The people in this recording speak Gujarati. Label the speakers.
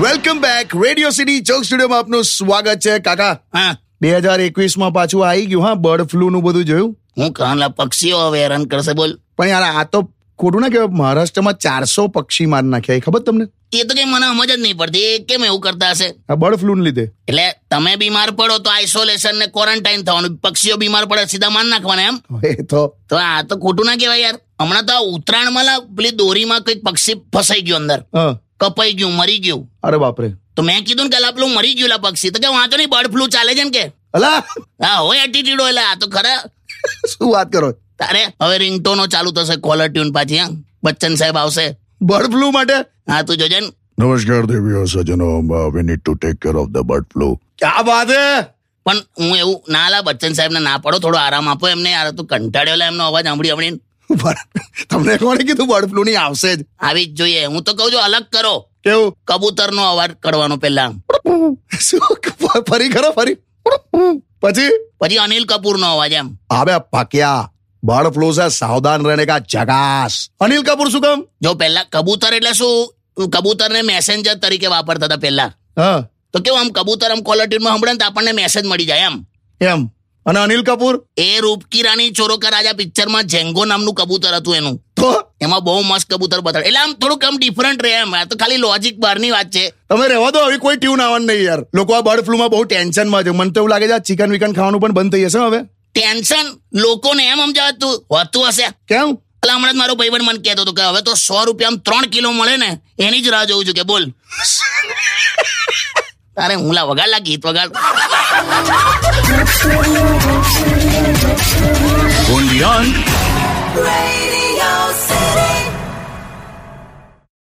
Speaker 1: વેલકમ બેક રેડિયો સિટી ચોક સ્ટુડિયોમાં આપનું સ્વાગત છે કાકા
Speaker 2: હા
Speaker 1: બે હજાર એકવીસમાં પાછું આવી ગયું હા બર્ડ ફ્લુ નું બધું જોયું
Speaker 2: હું કાંલા પક્ષીઓ હવે હેરાન કરશે બોલ
Speaker 1: પણ યાર આ તો ખોટું ના કહેવાય મહારાષ્ટ્રમાં ચારસો પક્ષી માર નાખ્યા એ ખબર તમને
Speaker 2: એ તો કઈ મને સમજ જ નહીં પડતી એ કેમ એવું કરતા હશે
Speaker 1: આ બર્ડ ફ્લૂને લીધે
Speaker 2: એટલે તમે બીમાર પડો તો આઇસોલેશન ને ક્વોરન્ટાઇન થવાનું પક્ષીઓ બીમાર પડે સીધા માર નાખવાના એમ
Speaker 1: એ તો
Speaker 2: તો આ તો ખોટું ના કહેવાય યાર હમણાં તો આ ઉત્તરાયણમાં લા પેલી દોરીમાં કંઈક પક્ષી ફસાઈ ગયું અંદર
Speaker 1: હા
Speaker 2: કપાઈ ગયું મરી ગયું
Speaker 1: અરે બાપરે
Speaker 2: તો મેં કીધું ને કે લા પેલું મરી ગયું લા પક્ષી તો કે વાંચો નહીં બર્ડ ફ્લુ ચાલે છે ને કે
Speaker 1: અલા
Speaker 2: હા હોય એટીટ્યુડ હોય લા, આ તો ખરા
Speaker 1: શું વાત કરો
Speaker 2: તારે હવે રિંગટોનો ચાલુ થશે કોલર ટ્યુન પાછી હા બચ્ચન સાહેબ આવશે
Speaker 1: બર્ડ ફ્લૂ માટે
Speaker 2: હા તું જોજે ને
Speaker 3: નમસ્કાર દેવીઓ સજનો we need to take care of the bird flu
Speaker 1: ક્યા વાત હે
Speaker 2: પણ હું એવું ના લા બચ્ચન સાહેબને ના પડો થોડો આરામ આપો એમને યાર તું કંટાળ્યો લા એમનો અવાજ સાંભળી સાંભળીને
Speaker 1: બર્ડ- તમને કોણે કીધું બર્ડ ફ્લૂ ની આવશે જ
Speaker 2: આવી જ જોઈએ હું તો કહું છું અલગ કરો
Speaker 1: કેવું
Speaker 2: કબૂતરનો અવાજ કરવાનો પહેલા
Speaker 1: શું ફ- ફરી ખરો ફરી પછી
Speaker 2: પછી અનિલ કપૂરનો અવાજ એમ
Speaker 1: હવે પાક્યા બર્ડ ફ્લૂ સે સાવધાન રહેને કા જગાસ અનિલ કપૂર શું કામ
Speaker 2: જો પહેલા કબૂતર એટલે શું કબૂતરને મેસેન્જર તરીકે વાપરતા હતા પહેલા
Speaker 1: હા
Speaker 2: તો કેવું આમ કબૂતર આમ કોલર ટ્યુનમાં સાંભળે ને તો આપણને મેસેજ મળી જાય એમ
Speaker 1: એમ અને અનિલ કપૂર
Speaker 2: એ રૂપકી રાણી ચોરોકા રાજા પિક્ચરમાં જેંગો નામનું કબૂતર હતું એનું
Speaker 1: તો
Speaker 2: એમાં બહુ મસ્ત કબૂતર બતાડ એટલે આમ થોડુંક આમ ડિફરન્ટ રહે એમ આ તો ખાલી લોજિક બહારની વાત છે
Speaker 1: તમે રહેવા દો હવે કોઈ ટ્યુન આવવાની નહીં યાર લોકો આ બર્ડ ફ્લૂમાં બહુ ટેન્શનમાં છે મને તો એવું લાગે છે આ ચિકન વિકન ખાવાનું પણ બંધ થઈ જશે હવે
Speaker 2: ટેન્શન લોકોને એમ સમજાવતું હોતું હશે
Speaker 1: કેમ
Speaker 2: એટલે હમણાં જ મારો ભાઈબંધ મને કહેતો હતો કે હવે તો સો રૂપિયામાં ત્રણ કિલો મળે ને એની જ રાહ જોઉં છું કે બોલ તારે હું લા વગાડ લા ગીત વગાડ
Speaker 3: ઓનલી ઓન